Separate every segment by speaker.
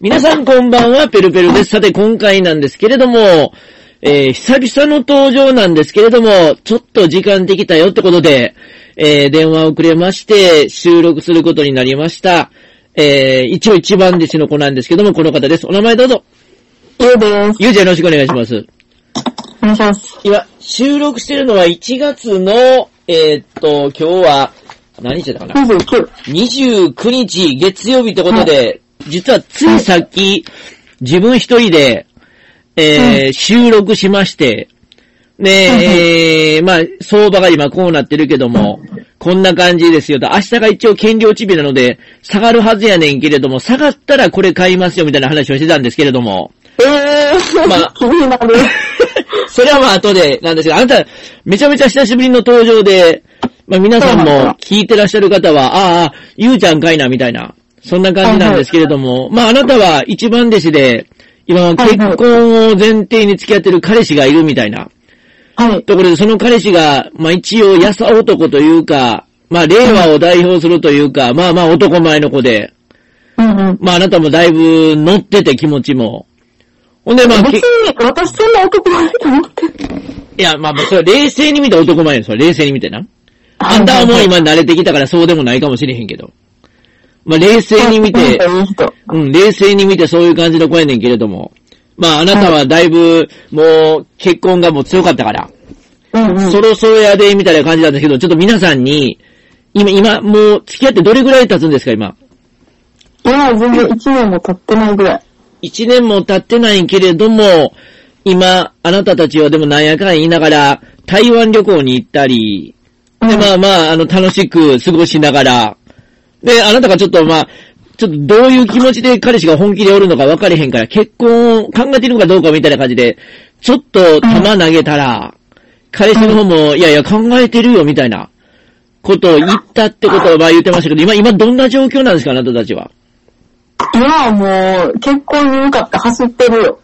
Speaker 1: 皆さんこんばんは、ペルペル です。さて、今回なんですけれども、えー、久々の登場なんですけれども、ちょっと時間できたよってことで、えー、電話をくれまして、収録することになりました。えー、一応一番弟子の子なんですけども、この方です。お名前どうぞ。
Speaker 2: ゆうです。
Speaker 1: ゆうちゃんよろしくお願いします。
Speaker 2: お願いします。
Speaker 1: 今、収録してるのは1月の、えーっと、今日は、何日だったかな
Speaker 2: 29。
Speaker 1: 29日月曜日ってことで、実はついさっき、自分一人で、えー収録しまして、ねえ、えーまあ、相場が今こうなってるけども、こんな感じですよと、明日が一応権利落ち日なので、下がるはずやねんけれども、下がったらこれ買いますよみたいな話をしてたんですけれども、
Speaker 2: ええー、
Speaker 1: まあ
Speaker 2: 気にな る。
Speaker 1: それはまあ後でなんですけど、あなた、めちゃめちゃ久しぶりの登場で、まあ皆さん
Speaker 2: そうなん
Speaker 1: も
Speaker 2: だ
Speaker 1: 聞いてらっしゃる方は、ああああ、ゆうちゃんかいな、みたいな、そんな感じなんですけれども、まああなたは一番弟子で、今は結婚を前提に付き合ってる彼氏がいるみたいな。
Speaker 2: はい。
Speaker 1: ところで、その彼氏が、まあ一応、やさ男というか、まあ令和を代表するというか、まあまあ男前の子で、
Speaker 2: うんうん。
Speaker 1: まああなたもだいぶ乗ってて気持ちも。ほんでまあ、け
Speaker 2: 別に、私そんな男前と思って。
Speaker 1: いや、まあ、それは冷静に見た男前ですよ。冷静に見てな。あんたはもう今慣れてきたからそうでもないかもしれへんけど。まあ、冷静に見て、
Speaker 2: いい人。
Speaker 1: うん、冷静に見てそういう感じの子やねんけれども。まあ、あなたはだいぶ、もう、結婚がもう強かったから、
Speaker 2: うんうん。
Speaker 1: そろそろやで、みたいな感じなんですけど、ちょっと皆さんに、今、今、もう、付き合ってどれぐらい経つんですか、今。
Speaker 2: 今は全然1年も経ってないぐらい。
Speaker 1: 一年も経ってないけれども、今、あなたたちはでもなんやかんや言いながら、台湾旅行に行ったり、
Speaker 2: うん
Speaker 1: で、まあまあ、あの、楽しく過ごしながら、で、あなたがちょっとまあ、ちょっとどういう気持ちで彼氏が本気でおるのか分かれへんから、結婚を考えてるのかどうかみたいな感じで、ちょっと球投げたら、彼氏の方も、いやいや考えてるよみたいな、ことを言ったってことをまあ言ってましたけど、今、今どんな状況なんですか、あなたたちは。
Speaker 2: 今はもう、結婚に向かって走ってるよ。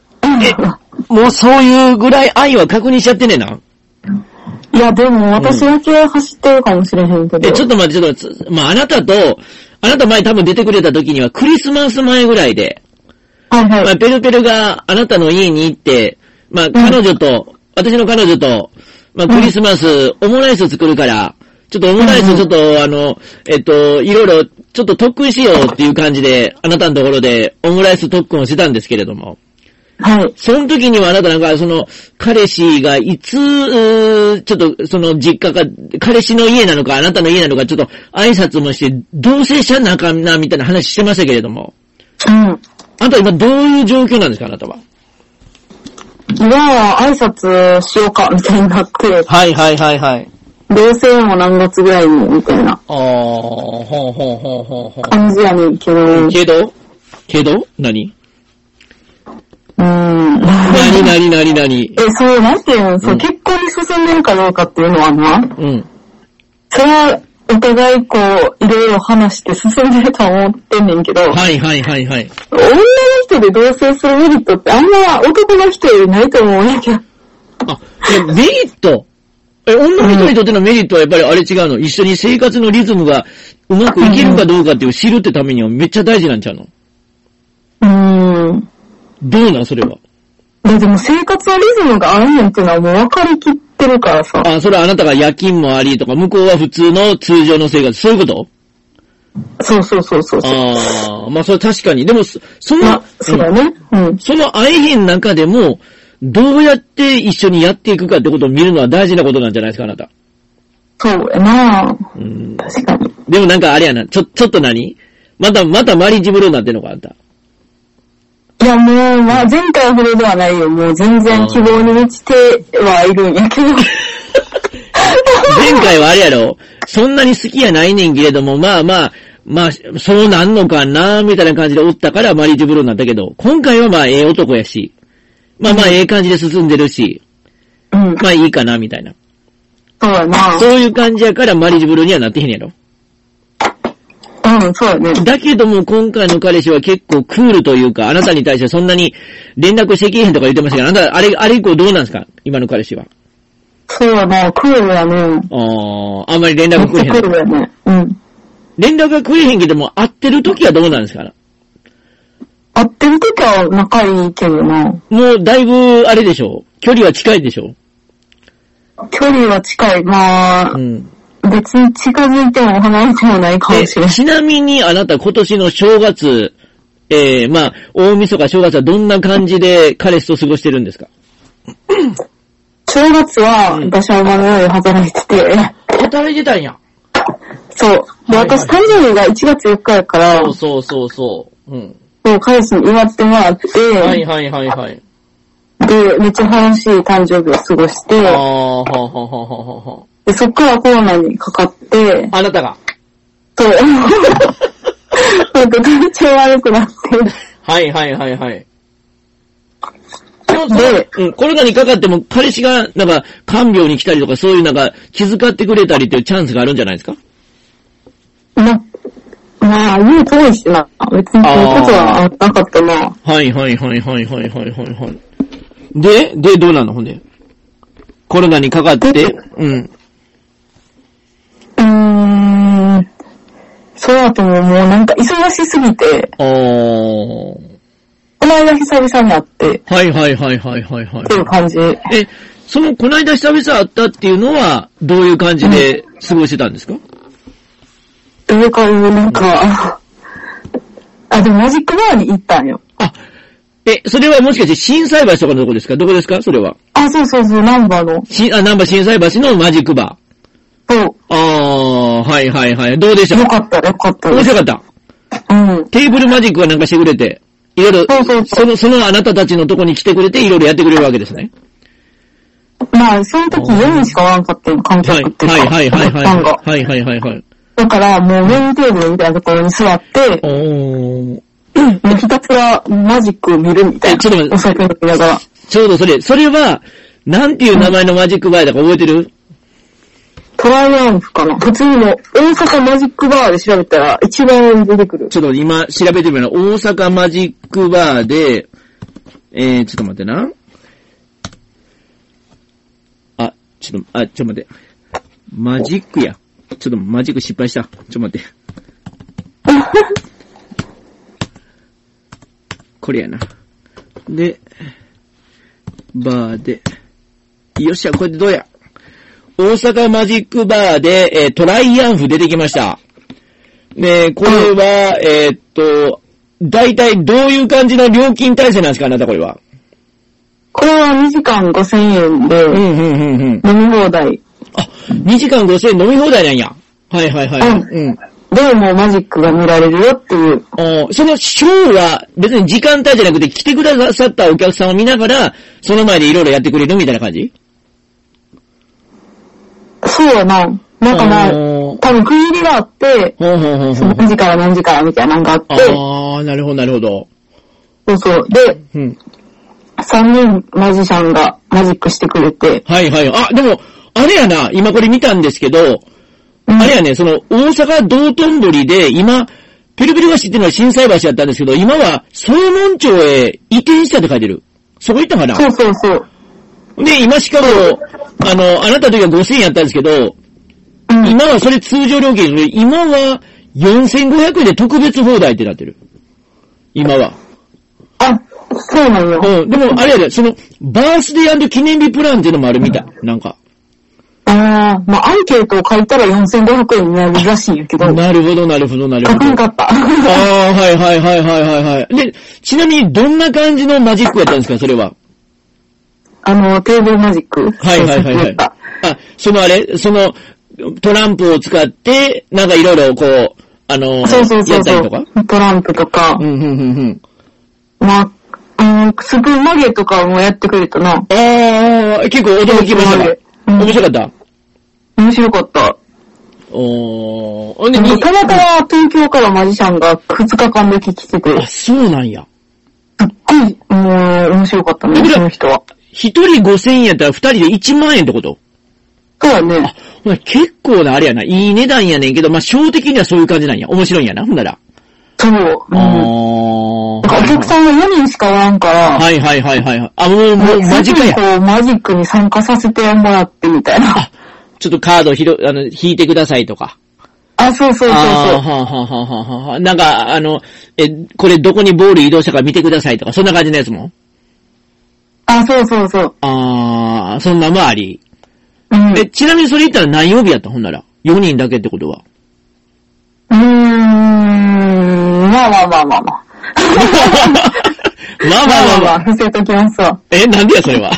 Speaker 1: もうそういうぐらい愛は確認しちゃってねえな。
Speaker 2: いや、でも私だけ走ってるかもしれへんけど。
Speaker 1: え、ちょっと待って、ちょっと、まああなたと、あなた前多分出てくれた時にはクリスマス前ぐらいで、
Speaker 2: はいはい。
Speaker 1: まあ、ペルペルがあなたの家に行って、まあ、彼女と、私の彼女と、まあ、クリスマス、オムライス作るから、ちょっとオムライスちょっと、あの、えっと、いろいろ、ちょっと特訓しようっていう感じで、あなたのところで、オムライス特訓をしてたんですけれども、
Speaker 2: はい。
Speaker 1: その時にはあなたなんか、その、彼氏がいつ、うーちょっと、その、実家か、彼氏の家なのか、あなたの家なのか、ちょっと、挨拶もして、同棲しゃなあかんな、みたいな話してましたけれども、
Speaker 2: うん。
Speaker 1: あなた今どういう状況なんですか、あなたは。
Speaker 2: 今は挨拶しようか、みたいになって、
Speaker 1: はいはいはいはい。
Speaker 2: 同棲も何月ぐらいに、みたいな
Speaker 1: ああ、ほうほうほうほうほ
Speaker 2: 感じやねんけど。う
Speaker 1: う。
Speaker 2: ん。
Speaker 1: けどけど何何
Speaker 2: 何
Speaker 1: 何何何
Speaker 2: え、そう、なんていうの、そう
Speaker 1: うん
Speaker 2: 結婚に進んでるかどうかっていうのはな、
Speaker 1: うん。
Speaker 2: それは、お互いこう、いろいろ話して進んでると思ってんねんけど、
Speaker 1: はいはいはいはい。
Speaker 2: 女の人で同棲するメリットってあんま男の人よりないと思うんやけど、
Speaker 1: あ、えメリットえ、女の人にとってのメリットはやっぱりあれ違うの。一緒に生活のリズムがうまくいけるかどうかっていう知るってためにはめっちゃ大事なんちゃうの
Speaker 2: うーん。
Speaker 1: どうなんそれは。
Speaker 2: ででも生活のリズムがあるねんっていうのはもう分かりきってるからさ、
Speaker 1: あ、それはあなたが夜勤もありとか、向こうは普通の通常の生活。そういうこと
Speaker 2: そうそうそうそうそう。
Speaker 1: ああ、まあそれ確かに。でもそ、そ
Speaker 2: ま
Speaker 1: の
Speaker 2: あ、、そうだね。うん。
Speaker 1: その会えへん中でも、どうやって一緒にやっていくかってことを見るのは大事なことなんじゃないですか、あなた。
Speaker 2: そうやな
Speaker 1: うん。
Speaker 2: 確かに。
Speaker 1: でもなんかあれやな、ちょ、ちょっと何また、またマリッジブルーになってんのか、あんた。
Speaker 2: いやもう、まあ、前回ほどではないよ。もう全然希望に満ちてはいるんやけど。
Speaker 1: 前回はあれやろ、そんなに好きやないねんけれども、まあまあ、まあ、そうなんのかな、みたいな感じでおったからマリッジブルーになったけど、今回はまあ、ええ男やし、まあまあ、ええ感じで進んでるし、
Speaker 2: うん。
Speaker 1: まあいいかな、みたいな。
Speaker 2: そうやな
Speaker 1: そういう感じやからマリッジブルーにはなってへんやろ。
Speaker 2: うん、そうやね。
Speaker 1: だけども、今回の彼氏は結構クールというか、あなたに対してそんなに連絡してきへんとか言ってましたけど、あなた、あれ、あれ以降どうなんですか今の彼氏は。
Speaker 2: そうやなクールやね。
Speaker 1: あーあんまり連
Speaker 2: めっ
Speaker 1: 絡くれへ
Speaker 2: ちゃクー
Speaker 1: ん。
Speaker 2: ルやね。うん。
Speaker 1: 連絡がくれへんけども、会ってる時はどうなんですか
Speaker 2: あ会ってる時は仲いいけどな。
Speaker 1: もうだいぶ、あれでしょ距離は近いでしょ
Speaker 2: 距離は近い。まあ
Speaker 1: う、ん。
Speaker 2: 別に近づいても離れてもないかも
Speaker 1: で
Speaker 2: しれない。
Speaker 1: ちなみにあなた今年の正月、えー、まあ、大晦日正月はどんな感じで彼氏と過ごしてるんですか
Speaker 2: 正月は、馬車馬のように働いてて、
Speaker 3: 働いてたんや。
Speaker 2: そう。で、
Speaker 3: はいはい
Speaker 2: 私誕生日が1月4日やから、
Speaker 3: そう
Speaker 2: も
Speaker 3: そうそうそう。うん。
Speaker 2: う彼氏に祝ってもらって、
Speaker 3: はいはいはいはい。
Speaker 2: で、めっちゃ楽しい誕生日を過ごし
Speaker 3: あー、は
Speaker 2: て、
Speaker 3: あはあはあはあは
Speaker 2: でそっからコロナにかかって、
Speaker 3: あ。あなたが。
Speaker 2: そう。なんか体調悪くなって、
Speaker 3: はいはいはいはい。
Speaker 2: で、
Speaker 1: うん、コロナにかかっても彼氏が、なんか、看病に来たりとか、そういうなんか、気遣ってくれたりっていうチャンスがあるんじゃないですか
Speaker 2: ま、まあ、家遠いしな。別にそういうことはなかったな。
Speaker 1: はいはいはいはいはいはいはいはい。で、で、どうなのほんで。コロナにかかって、うん。
Speaker 2: うーん。その後ももうなんか忙しすぎて、
Speaker 1: あー。
Speaker 2: この間久々に会って、っ
Speaker 1: はいはいはいはいはいは
Speaker 2: ていう感じ。
Speaker 1: い。え、その、こないだ久々会ったっていうのは、どういう感じで過ごしてたんですか、
Speaker 2: 上からなんか、あ、でもマジックバーに行ったんよ。
Speaker 1: あ、え、それはもしかして、震災橋とかのとこですかどこですかそれは。
Speaker 2: あ、そうそうそう、ナンバーの。
Speaker 1: し、あ、ナンバ震災橋のマジックバー。
Speaker 2: そ
Speaker 1: あー、はいはいはい。どうでし
Speaker 2: う。
Speaker 1: た
Speaker 2: よ
Speaker 1: か
Speaker 2: かった、よかった
Speaker 1: 面
Speaker 2: で
Speaker 1: 白
Speaker 2: す。
Speaker 1: かった。
Speaker 2: うん。
Speaker 1: テーブルマジックはなんかしてくれて、いろいろ、
Speaker 2: そうそうそう
Speaker 1: その、そのあなたたちのとこに来てくれて、いろいろやってくれるわけですね。
Speaker 2: まあ、その時4人しかおらんかったよ、観
Speaker 1: はい、
Speaker 2: 客っていう
Speaker 1: は
Speaker 2: か。
Speaker 1: い、はい、はい、はい。
Speaker 2: ファンが
Speaker 1: はい、はい、はい、はい。
Speaker 2: だから、もうメインテーブルみたいなところに座って、
Speaker 1: おー
Speaker 2: もうひたすらマジックを見るみたい
Speaker 1: え
Speaker 2: な。
Speaker 1: ちょっと待って
Speaker 2: お酒飲みながら。
Speaker 1: ちょうどそれ、それは、なんていう名前のマジックバーだか覚えてる
Speaker 2: トライアンフかな普通の大阪マジックバーで調べたら一番上に出てくる。
Speaker 1: ちょっと今調べてみるの。大阪マジックバーで、えー、ちょっと待ってな。あ、ちょっと、あ、ちょっと待って。マジックや。ちょっとマジック失敗した。ちょっと待って。これやな。で、バーで。よっしゃ、これでどうや。大阪マジックバーで、えートライアンフ出てきました。ねこれは、えーっと、大体どういう感じの料金体制なんですか、あなたこれは。
Speaker 2: これは2時間5000円で
Speaker 1: うん、うん、うん、うん。
Speaker 2: 飲み放題。
Speaker 1: あ、2時間5000円飲み放題なんや。はい、はい、はい。
Speaker 2: う
Speaker 1: うん。
Speaker 2: で、もうマジックが見られるよっていう。
Speaker 1: おーそのショーは別に時間帯じゃなくて来てくださったお客さんを見ながら、その前でいろいろやってくれるみたいな感じ
Speaker 2: そうやな。なんかまあ、
Speaker 1: おー
Speaker 2: 多分区切りがあって、
Speaker 1: ほうほうほう
Speaker 2: そ
Speaker 1: ほう
Speaker 2: の。何時から何時からみたいなのがあって、
Speaker 1: あー、なるほど、なるほど。
Speaker 2: そうそう。で、
Speaker 1: うん。
Speaker 2: 3人マジシャンがマジックしてくれて、
Speaker 1: はいはい。あ、でも、あれやな、今これ見たんですけど、あれやね、その、大阪道頓堀で、今、ピルピル橋っていうのは震災橋だったんですけど、今は、総門町へ移転したって書いてる。そこ行ったかな
Speaker 2: そうそうそう。
Speaker 1: で、今しかも、あの、あなたの時は5000円やったんですけど、
Speaker 2: うん。
Speaker 1: 今はそれ通常料金で、今は4500円で特別放題ってなってる。今は。
Speaker 2: あ、そうなんよ。
Speaker 1: うん。でも、あれやで、その、バースデー記念日プランっていうのもあるみたい。なんか。
Speaker 2: ああ、まあアンケートを書いたら4500円になるらしいんやけど、
Speaker 1: なるほど、なるほど、なるほ
Speaker 2: 書
Speaker 1: ど
Speaker 2: か。んかった。
Speaker 1: ああ、はいはいはいはいはいはい。で、ちなみにどんな感じのマジックやったんですか、それは。
Speaker 2: あの、テーブルマジック。
Speaker 1: はいはいはいはい。あ、そのあれ、その、トランプを使って、なんかいろいろこう、あの
Speaker 2: そうそうそ
Speaker 1: や
Speaker 2: う
Speaker 1: っ
Speaker 2: そ
Speaker 1: たりと
Speaker 2: う
Speaker 1: か。
Speaker 2: トランプとか
Speaker 1: う、ん、うん、うん、うん。
Speaker 2: まあ、うん、スプーン曲げとかもやってくれたな。
Speaker 1: ああ、結構驚きましたか。
Speaker 2: うん
Speaker 1: 面白かった。
Speaker 2: 面白かった。
Speaker 1: おー。ほんで、
Speaker 2: なん
Speaker 1: に
Speaker 2: かたまたま東京からマジシャンが2日間だけ来てて、
Speaker 1: あ、そうなんや。
Speaker 2: すっごい、もう、面白かった
Speaker 1: だ
Speaker 2: ね、
Speaker 1: から
Speaker 2: その人は。
Speaker 1: 一人5000円やったら二人で1万円ってこと
Speaker 2: そうやね。
Speaker 1: ほな結構な、あれやな、いい値段やねんけど、まあ、小的にはそういう感じなんや。面白いんやな、ほんなら。
Speaker 2: そう。うん。なん
Speaker 1: あ
Speaker 2: かお客さんが4人しかおらんから、
Speaker 1: はいはいはいはいはい。あ、もう、もう、間
Speaker 2: マジ
Speaker 1: 近や。
Speaker 2: こう、マジックに参加させてもらってみたいな。
Speaker 1: あ、ちょっとカードひろ、あの、引いてくださいとか。
Speaker 2: あ、そうそうそ
Speaker 1: あ
Speaker 2: うそう
Speaker 1: あ、。はあ、はあ、はあ、はあ、はあ。なんか、あの、え、これどこにボール移動したか見てくださいとか、そんな感じのやつも
Speaker 2: あ、そうそうそう。
Speaker 1: ああ、そんなんもあり。
Speaker 2: うん。
Speaker 1: え、
Speaker 2: う
Speaker 1: ちなみにそれ言ったら何曜日やったほんなら。4人だけってことは。
Speaker 2: ーん。まあまあまあまあま あ。
Speaker 1: まあまあまあまあ。
Speaker 2: 伏せときますわ。
Speaker 1: え、なんでや、それは。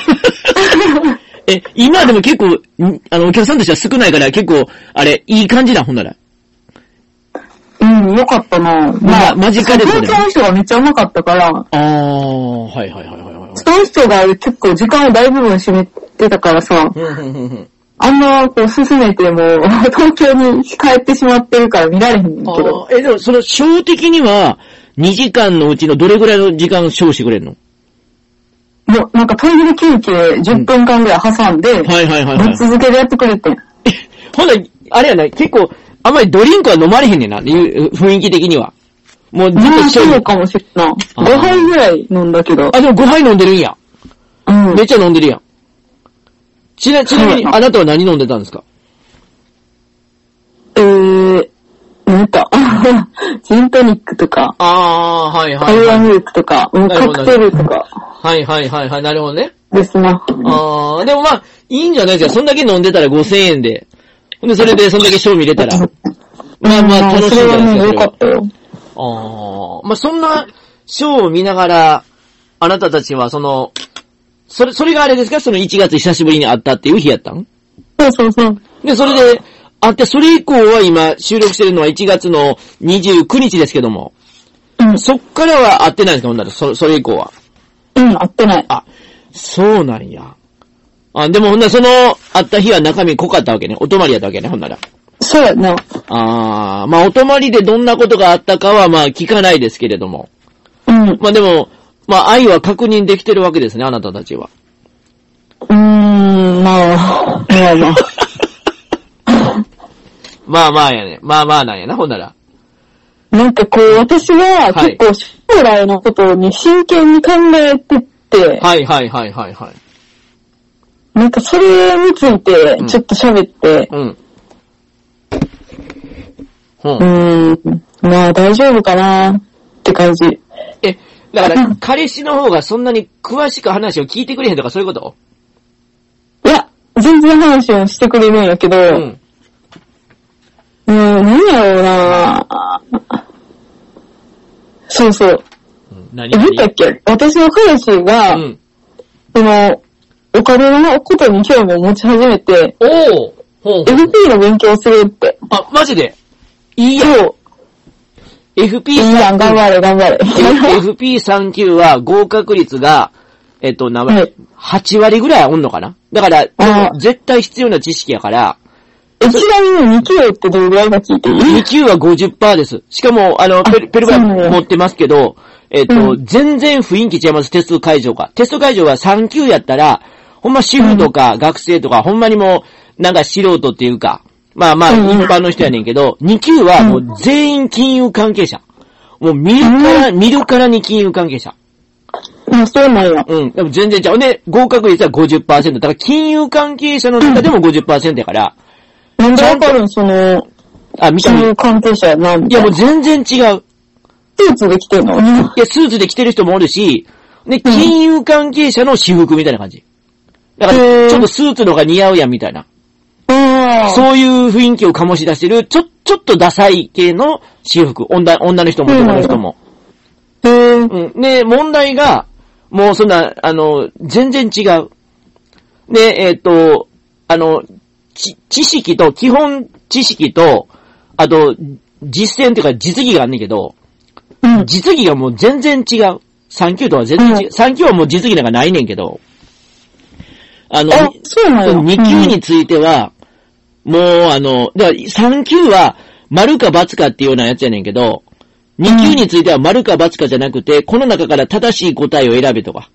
Speaker 1: え、今でも結構、んあの、お客さんとしては少ないから、結構、あれ、いい感じだ、ほんなら。
Speaker 2: うん、よかった
Speaker 1: ま
Speaker 2: な。ま
Speaker 1: あ
Speaker 2: あ、
Speaker 1: 間近で
Speaker 2: そ
Speaker 1: も
Speaker 2: の
Speaker 1: ね
Speaker 2: の人がめっちゃうまかったから、
Speaker 1: ああ、はいはいはいはいはい。
Speaker 2: その人が結構時間を大部分占めてたからさ、
Speaker 3: うんうんうんうん。
Speaker 2: あんまこう進めても、 東京に帰ってしまってるから見られへんけ
Speaker 1: あ
Speaker 2: ど。
Speaker 1: ーえ、でも、その、賞的には、2時間のうちのどれぐらいの時間を賞してくれるの
Speaker 2: もうなんかトイレ休憩10分間ぐらい挟んで、ぶ
Speaker 1: はいはいはいは
Speaker 2: っ
Speaker 1: い。
Speaker 2: 続けでやってくれてん。
Speaker 1: ほんならあれやな、結構、あんまりドリンクは飲まれへんねんな、いう雰囲気的には。もうずっ
Speaker 2: ま
Speaker 1: と
Speaker 2: あ
Speaker 1: し
Speaker 2: そ
Speaker 1: て
Speaker 2: う
Speaker 1: る。
Speaker 2: かもしれんな。
Speaker 1: あー
Speaker 2: 5杯ぐらい飲んだけど。
Speaker 1: あ、でも5杯飲んでるんや。
Speaker 2: うん
Speaker 1: めっ。ちゃ飲んでるやん。ちな、ちなみに、
Speaker 2: はい
Speaker 1: あなたは何飲んでたんですか
Speaker 2: えー、なんか、 ジントニックとか、
Speaker 3: ああー、はいは
Speaker 2: カ
Speaker 3: い
Speaker 2: ル
Speaker 3: は
Speaker 2: ア
Speaker 3: い。
Speaker 2: ミルクとか、もう
Speaker 3: なる
Speaker 2: カ
Speaker 3: ほど
Speaker 2: クテルとか
Speaker 3: はいはいはいはい。なるほどね。
Speaker 2: ですな。
Speaker 3: ああ、でもまあ、
Speaker 1: いいんじゃないですか。そんだけ飲んでたら5000円で。ほんで、それで、そんだけ賞見れたら。まあまあ、楽しいん
Speaker 2: そ
Speaker 1: じ
Speaker 2: れ
Speaker 1: ゃ
Speaker 2: は
Speaker 1: ない
Speaker 2: ね、
Speaker 1: です
Speaker 2: 良
Speaker 1: か
Speaker 2: かっ。たよ。
Speaker 3: ああ、まあ、そんなショーを見ながら、あなたたちはその、
Speaker 1: それ、それがあれですかその1月久しぶりに会ったっていう日やったん
Speaker 2: そうそうそう。
Speaker 1: で、それで、あって、それ以降は今、収録してるのは1月の29日ですけども。
Speaker 2: うん、
Speaker 1: そっからは会ってないんですかほんなら、そ、それ以降は。
Speaker 2: うん、合ってない。
Speaker 1: あ、そうなんや。あ、でもほんならその、会った日は中身濃かったわけね。お泊まりやったわけね、ほんなら。
Speaker 2: そうやな。
Speaker 1: あー、まあお泊まりでどんなことがあったかはまあ聞かないですけれども。
Speaker 2: うん。う
Speaker 1: まあでも、まあ愛は確認できてるわけですね、あなたたちは。
Speaker 2: ーん、まあ、まあまあ。
Speaker 3: まあまあやね。まあまあなんやな、ほんなら。
Speaker 2: なんかこう、私は結構将来のことに真剣に考えてって、
Speaker 3: はいはいはいはいはい。
Speaker 2: なんかそれについてちょっと喋って、
Speaker 3: うん。ほ。
Speaker 2: うんーん、まあ大丈夫かなって感じ。
Speaker 3: え、だから、彼氏の方がそんなに詳しく話を聞いてくれへんとかそういうこと
Speaker 2: いや、全然話をしてくれるんやけど、
Speaker 3: う。
Speaker 2: うんーん、何やろうなそうそう。
Speaker 1: 何
Speaker 2: え、言ったっけ私の彼氏が、
Speaker 3: うん。
Speaker 2: その、お金のことに興味を持ち始めて、
Speaker 3: おーほんほん。
Speaker 2: FP の勉強するって。
Speaker 3: あ、マジで
Speaker 2: いいよ。
Speaker 3: ?FP
Speaker 2: いいやん、頑張れ、頑張れ。
Speaker 3: FP39 は合格率が、えっと、な、
Speaker 2: はい
Speaker 3: 8割ぐらいおんのかなだから、で
Speaker 2: あ
Speaker 3: も絶対必要な知識やから、
Speaker 2: え、ちなみに2級ってどれぐらいか聞いていい
Speaker 3: 2級は50%です。しかも、あの、ペル、ペルバ
Speaker 2: そうなんや
Speaker 3: 持ってますけど、えっと、
Speaker 2: う
Speaker 1: 全然雰囲気違います、テスト会場が。テスト会場が3級やったら、ほんま主婦とか学生とか、ほんまにもう、なんか素人っていうか、まあまあ、一
Speaker 2: うん
Speaker 1: 般の人やねんけど、2級はもう全員金融関係者。もう見るから、見るからに金融関係者。
Speaker 2: あ、そうなんや。
Speaker 1: うん。でも全然ちゃう。で、合格率は50%。だから金融関係者の中でも50%やから、
Speaker 2: なんでわかるんその、
Speaker 1: あ、見た
Speaker 2: 金
Speaker 1: 目。い
Speaker 2: 融関係者やな、みた
Speaker 1: や
Speaker 2: い
Speaker 1: も
Speaker 2: な。
Speaker 1: う全然違う。
Speaker 2: スーツで来てんの
Speaker 1: いや、スーツで着てる人もおるし、で、金融関係者の私服みたいな感じ。だか
Speaker 2: へ
Speaker 1: ら、
Speaker 2: ー
Speaker 1: ちょっとスーツの方が似合うやんみたいな。
Speaker 2: あ
Speaker 1: そういう雰囲気を醸し出してる、ちょ、ちょっとダサい系の私服。女、女の人も男の人も。
Speaker 2: あ。へえ。
Speaker 1: うん。で、問題が、もうそんな、あの、全然違う。で、えっ、と、あの、ち、知識と、基本知識と、あと、実践っていうか実技があんねんけど、
Speaker 2: うん。
Speaker 1: 実技がもう全然違う。3級とは全然違う。
Speaker 2: うん
Speaker 1: 3級はもう実技なんかないねんけど、あの、
Speaker 2: あ、そうなんや。
Speaker 1: 2級については、もうあの、だから3級は丸か×かっていうようなやつやねんけど、2級については丸か×かじゃなくて、この中から正しい答えを選べとか、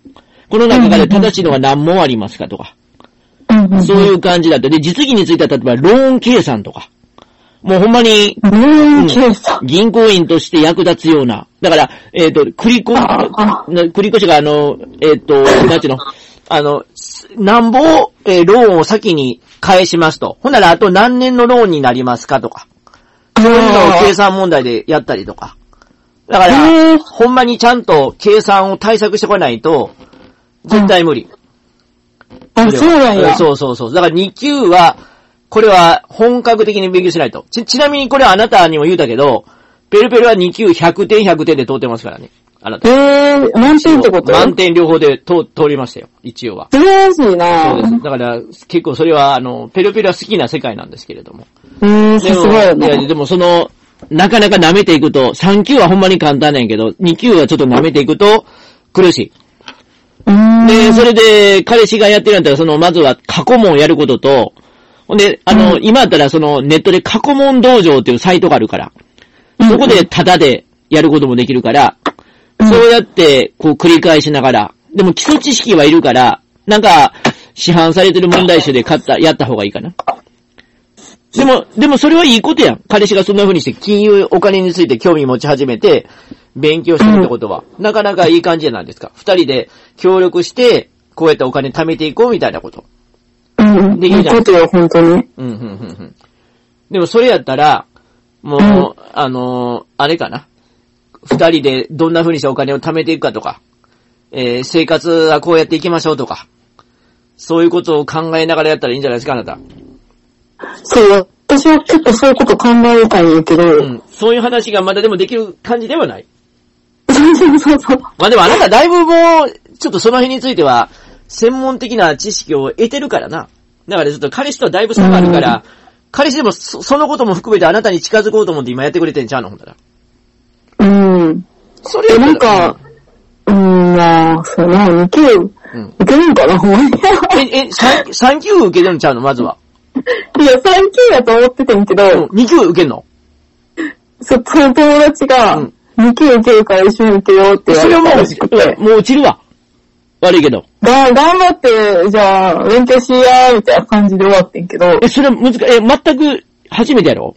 Speaker 1: この中から正しいのが何問ありますかとか、
Speaker 2: うん、うんうん。
Speaker 1: そういう感じだった。で、実技については例えばローン計算とか、もうほんまに
Speaker 2: うん。計算。
Speaker 1: 銀行員として役立つような。だから、えっ、と、繰越、な
Speaker 2: あ
Speaker 1: 繰越があの、えっ、と、なんちゅうの、あの、すなんぼ、えーローンを先に返しますと。ほんなら、あと何年のローンになりますかとか。
Speaker 3: そういうのを計算問題でやったりとか。だか
Speaker 2: へ
Speaker 3: ら、
Speaker 2: ー
Speaker 3: ほんまにちゃんと計算を対策してこないと、絶対無理。
Speaker 2: あ、そうなんや。
Speaker 3: そうそうそう。だから2級は、これは本格的に勉強しないと。ち、ちなみにこれはあなたにも言うたけど、ペルペルは2級100点100点で通ってますからね。あなた。
Speaker 2: えー、満点ってこと
Speaker 3: 満点両方で通、通りましたよ。一応は。
Speaker 2: 素晴らしい
Speaker 3: そう
Speaker 2: な
Speaker 3: です。だから、結構それは、あの、ペルペルは好きな世界なんですけれども。
Speaker 2: うー
Speaker 3: で
Speaker 2: ん、
Speaker 3: すも、
Speaker 2: ごいよ
Speaker 3: いや
Speaker 2: ね。
Speaker 3: でもその、
Speaker 1: の、なかなか舐めていくと、3級はほんまに簡単なんやけど、2級はちょっと舐めていくと、苦し
Speaker 2: うー
Speaker 1: い。
Speaker 2: ん。
Speaker 1: で、それで、彼氏がやってるんやったら、その、まずは過去問やることと、ほんで、あの、今やったら、その、ネットで過去問道場っていうサイトがあるから、そこでタダでやることもできるから、
Speaker 2: うん
Speaker 1: そうやって、こう繰り返しながら、でも基礎知識はいるから、なんか、市販されてる問題集で買った、やった方がいいかな。でも、でもそれはいいことやん。彼氏がそんな風にして、
Speaker 3: 金融、お金について興味持ち始めて、勉強してるってことは、なかなかいい感じじゃないですか。二人で協力して、こうやってお金貯めていこうみたいなこと。
Speaker 2: うん。
Speaker 3: でき
Speaker 2: い
Speaker 3: る
Speaker 2: い
Speaker 3: じゃん
Speaker 2: ことよ、本当に。
Speaker 3: うん、うん、うん、うん。でもそれやったら、もう、
Speaker 2: うん
Speaker 3: あのーあれかな。二人でどんな風にしてお金を貯めていくかとか、えー生活はこうやっていきましょうとか、そういうことを考えながらやったらいいんじゃないですか、あなた。
Speaker 2: そう、私は結構そういうこと考えたいんやけど、
Speaker 3: うん。そういう話がまだでもできる感じではない。
Speaker 2: そうそうそうそう。
Speaker 3: まあでもあなただいぶもう、ちょっとその辺については、専門的な知識を得てるからな。だからちょっと彼氏とはだいぶ差があるから、彼氏でもそそのことも含めてあなたに近づこうと思って今やってくれてんちゃうのほんだら。
Speaker 2: うん。
Speaker 3: そや
Speaker 2: え、
Speaker 3: った
Speaker 2: な
Speaker 3: ら
Speaker 2: んか、、うん、まあ、そうやな、いける、
Speaker 3: うん。
Speaker 2: いけるんかな、ほんまに。
Speaker 3: え、え、三三級受けてるんちゃうのまずは。
Speaker 2: いや、3級やと思っててんけ
Speaker 3: うん
Speaker 2: ど、。
Speaker 3: 二級受けんの
Speaker 2: そ、その友達
Speaker 3: う
Speaker 2: が
Speaker 3: ん、
Speaker 2: 2級受けるから一緒に受けようって
Speaker 1: それ
Speaker 2: 言
Speaker 1: はも
Speaker 2: われたらしくて
Speaker 1: う、、もう落ちるわ。悪いけど。
Speaker 2: が、頑張って、じゃあ、勉強しやー、みたいな感じで終わってんけど
Speaker 1: え、、それは難しい。え、全く、初めてやろ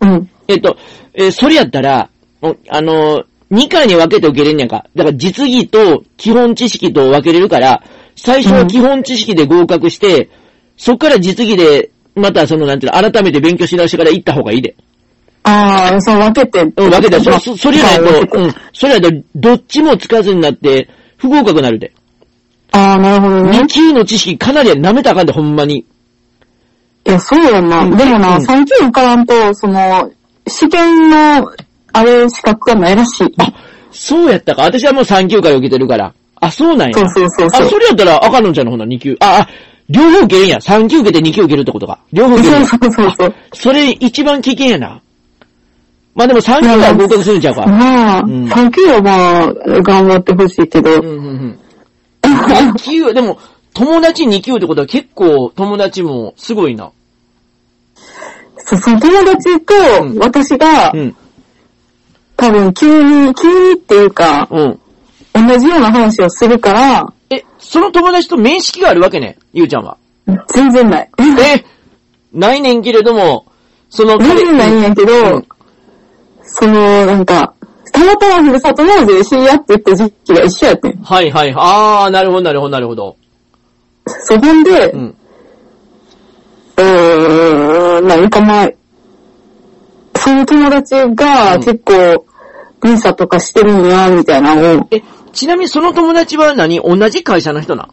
Speaker 2: うん。
Speaker 1: えっと、えーそれやったら、おあのー、2回に分けて受けれんねやんか。だから実技と基本知識と分けれるから、最初は基本知識で合格して、そっから実技で、またその、なんていうの、改めて勉強し直してから行った方がいいで。
Speaker 2: ああ、そう、分けて。
Speaker 1: うん、分けたら、そ、そ、それや
Speaker 2: は
Speaker 1: ないいと、うん、それやと、どっちもつかずになって、不合格になるで。
Speaker 2: ああ、なるほどね
Speaker 1: 2。級の知識かなり舐めたらあかんで、ほんまに。
Speaker 2: いや、そうやな。でもな、
Speaker 1: うん
Speaker 2: 3級受からんと、その、試験の、あれ、資格がないらしい。
Speaker 1: あ、そうやったか。私はもう3級から受けてるから。あ、そうなんや。
Speaker 2: そうそうそうそう
Speaker 1: あ、それやったら赤のんちゃんのほな2級。あ、あ、両方受けるんや。3級受けて2級受けるってことか。両方受けるん
Speaker 2: そう
Speaker 1: や。
Speaker 2: そうそうそう。
Speaker 1: それ一番危険やな。まあでも3級は合格するんちゃうか。
Speaker 2: まあ、
Speaker 1: うん
Speaker 2: 3級はまあ、頑張ってほしいけ
Speaker 3: う
Speaker 2: ど。
Speaker 3: んうんうん。二級、でも、友達二級ってことは結構友達もすごいな。
Speaker 2: そうその友達と
Speaker 3: うん
Speaker 2: 私が、
Speaker 1: うん。
Speaker 2: 多分急に、急にっていうか、
Speaker 1: うん。
Speaker 2: 同じような話をするから、
Speaker 3: え、その友達と面識があるわけね、ゆうちゃんは。
Speaker 2: 全然ない。
Speaker 3: え、ないねんけれども、その、
Speaker 2: 全然ないんやけど、
Speaker 3: うん
Speaker 2: その、なんか、たまたまふるさと納税しやって言った時期が一緒やってん。
Speaker 3: はいはい。あー、なるほどなるほどなるほど。
Speaker 2: そこんで、
Speaker 3: うん。
Speaker 2: うーん、なんかまあ、その友達が
Speaker 3: うん
Speaker 2: 結構、分差とかしてるんや、みたいなのを、
Speaker 3: え、ちなみにその友達は何同じ会社の人なん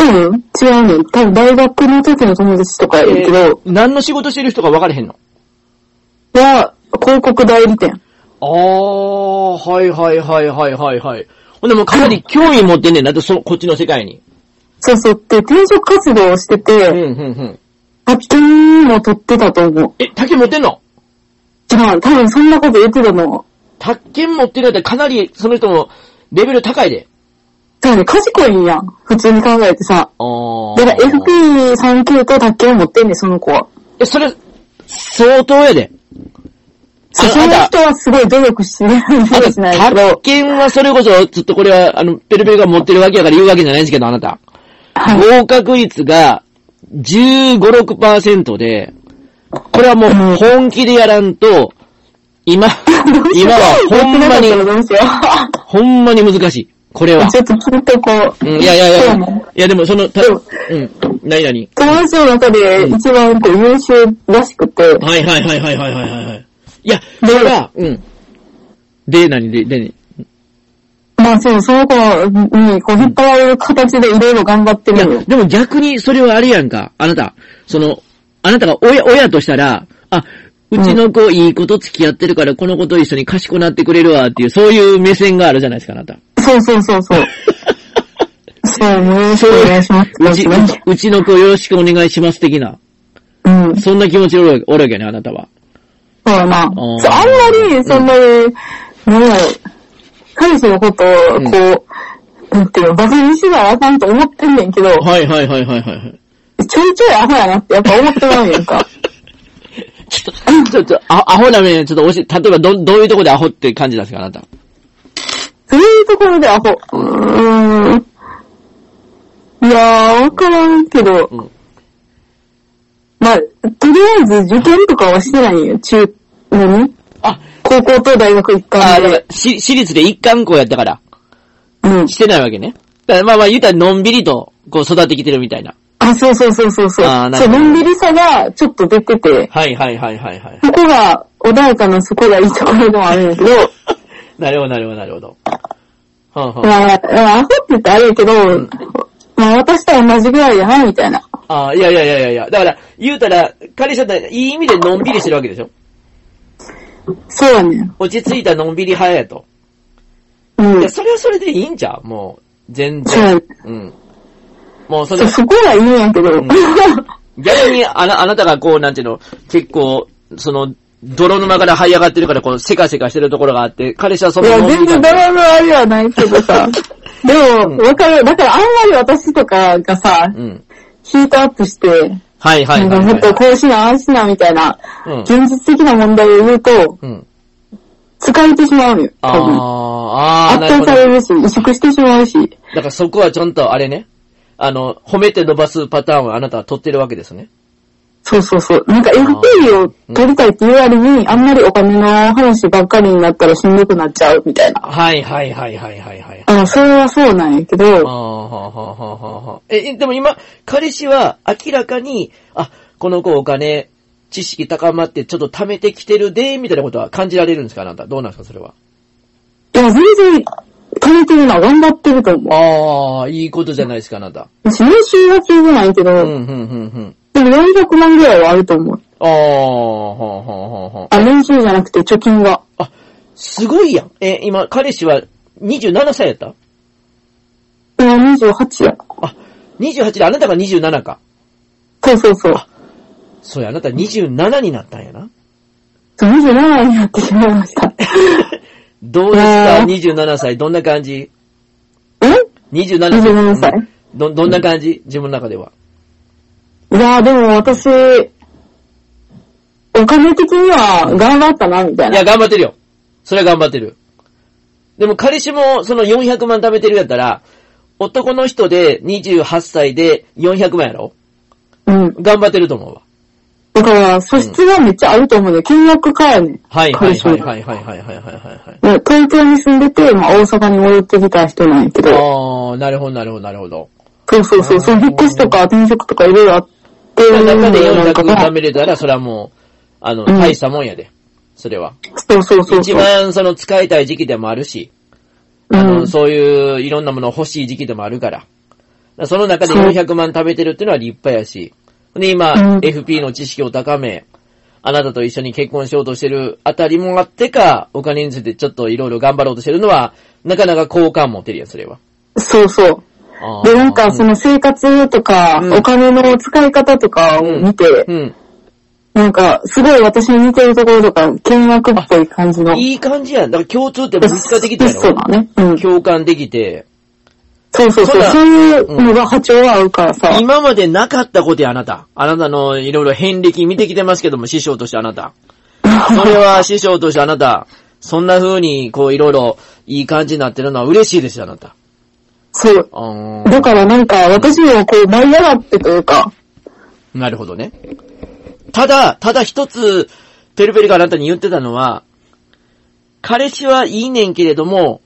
Speaker 2: うん、違うねん。多分大学の時の友達とかやけど、
Speaker 3: 何の仕事してる人か分かれへんの
Speaker 2: は、広告代理店。
Speaker 3: あー、はいはいはいはいはいはい。
Speaker 1: ほんでもうかなり興味持ってんねんなと、そ、こっちの世界に。
Speaker 2: そうそうって、転職活動をして
Speaker 3: うん
Speaker 2: て、
Speaker 3: うんうん。
Speaker 2: 派遣も取ってたと思う。
Speaker 3: え、竹持ってんの
Speaker 2: じゃあ、多分そんなこと言ってたの。
Speaker 3: 宅建持ってるやつはかなりその人もレベル高いで。
Speaker 2: 多分賢いんやん。普通に考えてさ。
Speaker 3: あ
Speaker 2: だから FP3 級と卓球を持ってんねん、その子は。
Speaker 3: え、それ、
Speaker 1: 相当やで。
Speaker 2: そ
Speaker 1: あ
Speaker 2: その人はすごい努力してね、努力しないけど
Speaker 1: 発。見はそれこそ、ずっとこれは、あの、ペルペルが持ってるわけやから言うわけじゃないんですけど、あなた。
Speaker 2: はい
Speaker 1: 合格率が15、6%で、これはもう本気でやらんと、 今、今はほんまに、
Speaker 2: どうしよ
Speaker 1: ほんまに難しい。これは
Speaker 2: う。ち。ょっと聞いとこう。
Speaker 1: うんいやいやいや、
Speaker 2: そうね
Speaker 1: いやでもその、た
Speaker 2: でも
Speaker 1: うん。何々。
Speaker 2: 友達の中で一番こう優秀らしくて、
Speaker 1: はいはいはいはいはいはいはいはい。いや、それは、うん。で、何で、で、
Speaker 2: まあそう、その子にこう引っ張られる形でいろいろ頑張って
Speaker 1: い
Speaker 2: る
Speaker 1: や
Speaker 2: のよ、。
Speaker 1: でも逆にそれはあれやんか。あなた、その、あなたが親、親としたら、あ、うちの子いい子と付き合ってるから、この子と一緒に賢くなってくれるわっていう、そういう目線があるじゃないですか、あ なた。
Speaker 2: そうそうそうそう。そう、よろしくお願いします。よ
Speaker 1: う
Speaker 2: ろ
Speaker 1: ち、
Speaker 2: しくお
Speaker 1: う
Speaker 2: 願いし
Speaker 1: ちうちの子よろしくお願いします的な。
Speaker 2: ます。うん。そ
Speaker 1: そんな気持ちおるおるわけやね、あなたは。
Speaker 2: うだな。
Speaker 1: ー
Speaker 2: そうあんまり、そんなに、もう、彼氏のことを、
Speaker 1: ん
Speaker 2: こう、なんていうの、バカにしなあかんと思ってんねんけど、
Speaker 1: はいはいはいはいはいはい。
Speaker 2: ちょいちょいアホやなってやっぱ思ってまうんやんか。
Speaker 1: ちょっと、ちょっと、あアホな面、ちょっと教え、例えばど、どういうとこでアホって感じなんですか、あなた。
Speaker 2: そういうところでアホ。うーん。いやー、わからんけど、
Speaker 1: うん
Speaker 2: まあ、とりあえず受験とかはしてないんよ。中、何
Speaker 1: あ、
Speaker 2: 高校と大学一
Speaker 1: あ
Speaker 2: 貫
Speaker 1: だか
Speaker 2: で。
Speaker 1: ら、し、私立で一貫校やったから、
Speaker 2: うん。
Speaker 1: してないわけね。だからまあまあ、言うたらのんびりと、こう育ってきてるみたいな。
Speaker 2: あ、そうそうそうそうそう。
Speaker 1: あーな
Speaker 2: そ
Speaker 1: る
Speaker 2: う、
Speaker 1: ほど
Speaker 2: のんびりさがちょっと出てて、
Speaker 1: はいはいはいはいはい。
Speaker 2: そこが穏やかなそこがいいところでもあるんやけど、
Speaker 1: なるほどなるほどなるほど。はあは
Speaker 2: まあ、アホって言ってあれやけど、まあ私と同じぐらいやな、みたいな。
Speaker 1: あ、あーいやいやいやいやいや。だから、言うたら、彼氏だったら、いい意味でのんびりしてるわけでしょ
Speaker 2: そうやねん。
Speaker 1: 落ち着いたのんびり派やと。
Speaker 2: う
Speaker 1: い
Speaker 2: ん
Speaker 1: や、。それはそれでいいんじゃうもう、全
Speaker 2: そ
Speaker 1: 然
Speaker 2: う。
Speaker 1: うん。もう、そ
Speaker 2: そ
Speaker 1: の
Speaker 2: う、そこがいいんやけど、
Speaker 1: ん逆に、あな、あなたがこう、なんていうの、結構、その、泥の中から這い上がってるから、こう、せかせかしてるところがあって、彼氏はそ
Speaker 2: い
Speaker 1: の
Speaker 2: や、
Speaker 1: のんび
Speaker 2: 全
Speaker 1: り
Speaker 2: 然
Speaker 1: だ
Speaker 2: ドラのあれはないけ どさ。で
Speaker 1: うん
Speaker 2: も、わかる。だからあんまり私とかがさ、
Speaker 1: うん。
Speaker 2: ヒートアップして、
Speaker 1: はいはいは
Speaker 2: なん
Speaker 1: い
Speaker 2: か
Speaker 1: はい、
Speaker 2: もっとこうしな、ああしな、みたいな、
Speaker 1: うん
Speaker 2: 現実的な問題を言うと、
Speaker 1: うん。
Speaker 2: 疲れてしまうのよ、
Speaker 1: あ
Speaker 2: 多分。
Speaker 1: あ、ああ、
Speaker 2: 圧
Speaker 1: なる
Speaker 2: 倒
Speaker 1: ほ
Speaker 2: さ
Speaker 1: ど。
Speaker 2: れるし、萎縮してしまうし。
Speaker 1: だからそこはちゃんとあれね、あの、褒めて伸ばすパターンをあなたは取ってるわけですね。
Speaker 2: そうそうそう。なんか FP を取りたいっていう割に、あんまりお金の話ばっかりになったらしんどくなっちゃうみたいな。
Speaker 1: はいはいはいはいはいはい。
Speaker 2: あそれはそうなんやけ
Speaker 1: あ
Speaker 2: ど、
Speaker 1: あ、はあはあはあはあ。え、えでも今、彼氏は明らかに、あ、この子お金、知識高まってちょっと貯めてきてるで、みたいなことは感じられるんですかあなた。どうなんですかそれは。
Speaker 2: いや、全然、足りてるのは頑張ってると思
Speaker 1: ああ、いいことじゃないですかあなた。
Speaker 2: う。私、年収は聞いてないけど、
Speaker 1: うん、うん、うん、うん。
Speaker 2: でも400万ぐらいはあると思う。
Speaker 1: ああ、はあはあはあはあ。
Speaker 2: あ、練習じゃなくて貯金が。
Speaker 1: あ、すごいやん。え、今、彼氏は27歳やった
Speaker 2: 今28や。
Speaker 1: あ、28であなたが27か。
Speaker 2: そうそうそう。
Speaker 1: そうや、あなた27になったんや な。
Speaker 2: そう27になってしまいました。
Speaker 1: どうですか、
Speaker 2: えー
Speaker 1: ?27 歳、どんな感じ
Speaker 2: え
Speaker 1: ?27 歳。
Speaker 2: 27歳
Speaker 1: うんど、どんな感じ自分の中では。
Speaker 2: いやーでも私、お金的には頑張ったな、みたい
Speaker 1: い
Speaker 2: な。
Speaker 1: や、頑張ってるよ。それは頑張ってる。でも彼氏もその400万貯めてるやったら、男の人で28歳で400万やろ
Speaker 2: うん。
Speaker 1: 頑張ってると思うわ。
Speaker 2: だから、素質がめっちゃあると思うね。金額かやね。
Speaker 1: はい、はい、
Speaker 2: 彼氏
Speaker 1: は
Speaker 2: も
Speaker 1: い、はい、はい、はい、はい、はいはい。
Speaker 2: ね東京に住んでて、まあ大阪に戻ってきた人なんやけど、
Speaker 1: あー、なるほど、なるほど、なるほど。
Speaker 2: そうそうそう、そう、引っ越しとか転職とかいろいろあって
Speaker 1: そ
Speaker 2: る
Speaker 1: の中で
Speaker 2: な
Speaker 1: 400
Speaker 2: んか
Speaker 1: 貯
Speaker 2: な
Speaker 1: めれたら、それはもう、あの、
Speaker 2: うん
Speaker 1: 大したもんやで。それは。
Speaker 2: そうそうそう
Speaker 1: 一
Speaker 2: そう。
Speaker 1: 番その使いたい時期でもあるし、あ
Speaker 2: う
Speaker 1: の、
Speaker 2: ん。
Speaker 1: そういういろんなもの欲しい時期でもあるから。だからその中で
Speaker 2: そう
Speaker 1: 400万食べてるっていうのは立派やし。で、今、
Speaker 2: うん
Speaker 1: FP の知識を高め、あなたと一緒に結婚しようとしてるあたりもあってか、お金についてちょっといろいろ頑張ろうとしてるのは、なかなか好感持てるやん、それは。
Speaker 2: そうそう。
Speaker 1: あー
Speaker 2: で、なんか、そ、の生活とか、
Speaker 1: うん
Speaker 2: お金の使い方とかを見て、
Speaker 1: うん。
Speaker 2: なんか、すごい私に似てるところとか、見学っぽい感じの。
Speaker 1: いい感じやん。だから共通点も見つかってきたや
Speaker 2: そう
Speaker 1: ろ。
Speaker 2: だね。うん。
Speaker 1: 共感できて、
Speaker 2: そうそう
Speaker 1: そう
Speaker 2: そう。
Speaker 1: だ
Speaker 2: そういうのが波長が合うから さ。
Speaker 1: 今までなかったことや、あなた。あなたのいろいろ遍歴見てきてますけども、師匠としてあなた。それは師匠としてあなた、そんな風に、こういろいろいい感じになってるのは嬉しいですよ、あなた。
Speaker 2: そう。
Speaker 1: うーん
Speaker 2: だからなんか、私もこう、舞い上がってというか、
Speaker 1: なるほどね。ただ、ただ一つ、ペルペルがあなたに言ってたのは、彼氏はいいねんけれども、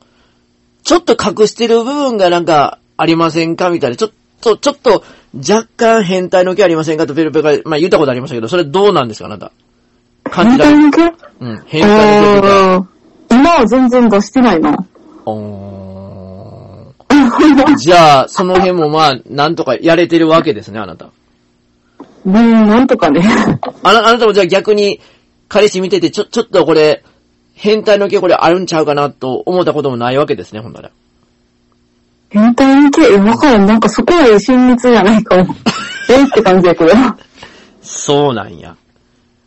Speaker 1: ちょっと隠してる部分がなんかありませんかみたいな、ちょっと、ちょっと若干変態の気ありませんかとペルペルが、まあ言ったことありましたけど、それどうなんですか、あなた。感じられる。
Speaker 2: 変態向け
Speaker 1: うん、変態の気みたいな。
Speaker 2: あー今は全然出してない な。
Speaker 1: おーじゃあ、その辺もまあ、なんとかやれてるわけですね、あなた。
Speaker 2: うん、なんと かね。
Speaker 1: あな、あなたもじゃあ逆に、彼氏見てて、ちょ、ちょっとこれ、変態の気これあるんちゃうかなと思ったこともないわけですね、ほんなら。
Speaker 2: 変態向けえ、わからん。なんかそこまで親密じゃな いかも。えって感じやけど。
Speaker 1: そうなんや。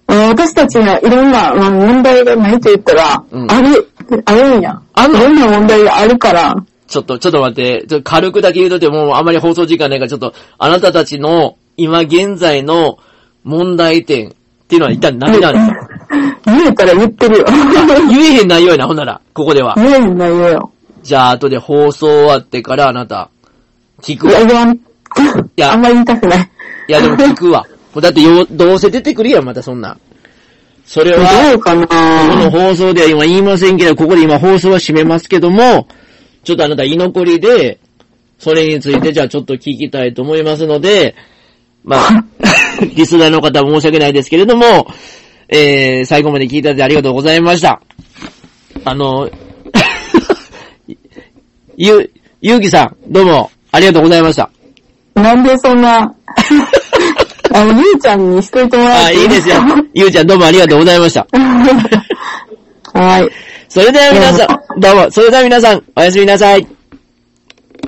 Speaker 2: あの私たちがいろんな、まあ、問題がないと言ったら、
Speaker 1: うん
Speaker 2: ある、あるんや。
Speaker 1: あんの
Speaker 2: いろんな問題があ るから、
Speaker 1: ちょっと、ちょっと待って、ちょっと軽くだけ言うとってもうあまり放送時間ないから、ちょっと、あなたたちの今現在の問題点っていうのは一体何なん ですか
Speaker 2: 言えたら言ってるよ。
Speaker 1: 言えへん内容やな、ほんなら、ここでは。
Speaker 2: 言えんないよ。
Speaker 1: じゃあ、後で放送終わってからあなた、聞く
Speaker 2: い
Speaker 1: わ。
Speaker 2: や、
Speaker 1: い
Speaker 2: 言わん。い
Speaker 1: や
Speaker 2: や、あんまり言いたくない。
Speaker 1: や、でも聞くわ。だってよ、どうせ出てくるやん、またそんな。それ
Speaker 2: ど
Speaker 1: は、
Speaker 2: うか
Speaker 4: この
Speaker 2: な
Speaker 4: 放送では今言いませんけど、ここで今放送は閉めますけども、ちょっとあなた居残りで、それについてじゃあちょっと聞きたいと思いますので、まあ、リスナーの方は申し訳ないですけれども、えー、最後まで聞いただいてありがとうございました。あの、 ゆ、ゆうきさん、どうも、ありがとうございました。
Speaker 2: なんでそん な、あの、ゆうちゃんにしといてもらっ
Speaker 4: あ、
Speaker 2: て。
Speaker 4: いいですよゆうちゃんどうもありがとうございました。
Speaker 2: はい。
Speaker 4: それでは皆さん、どうも、それでは皆さん、おやすみなさい。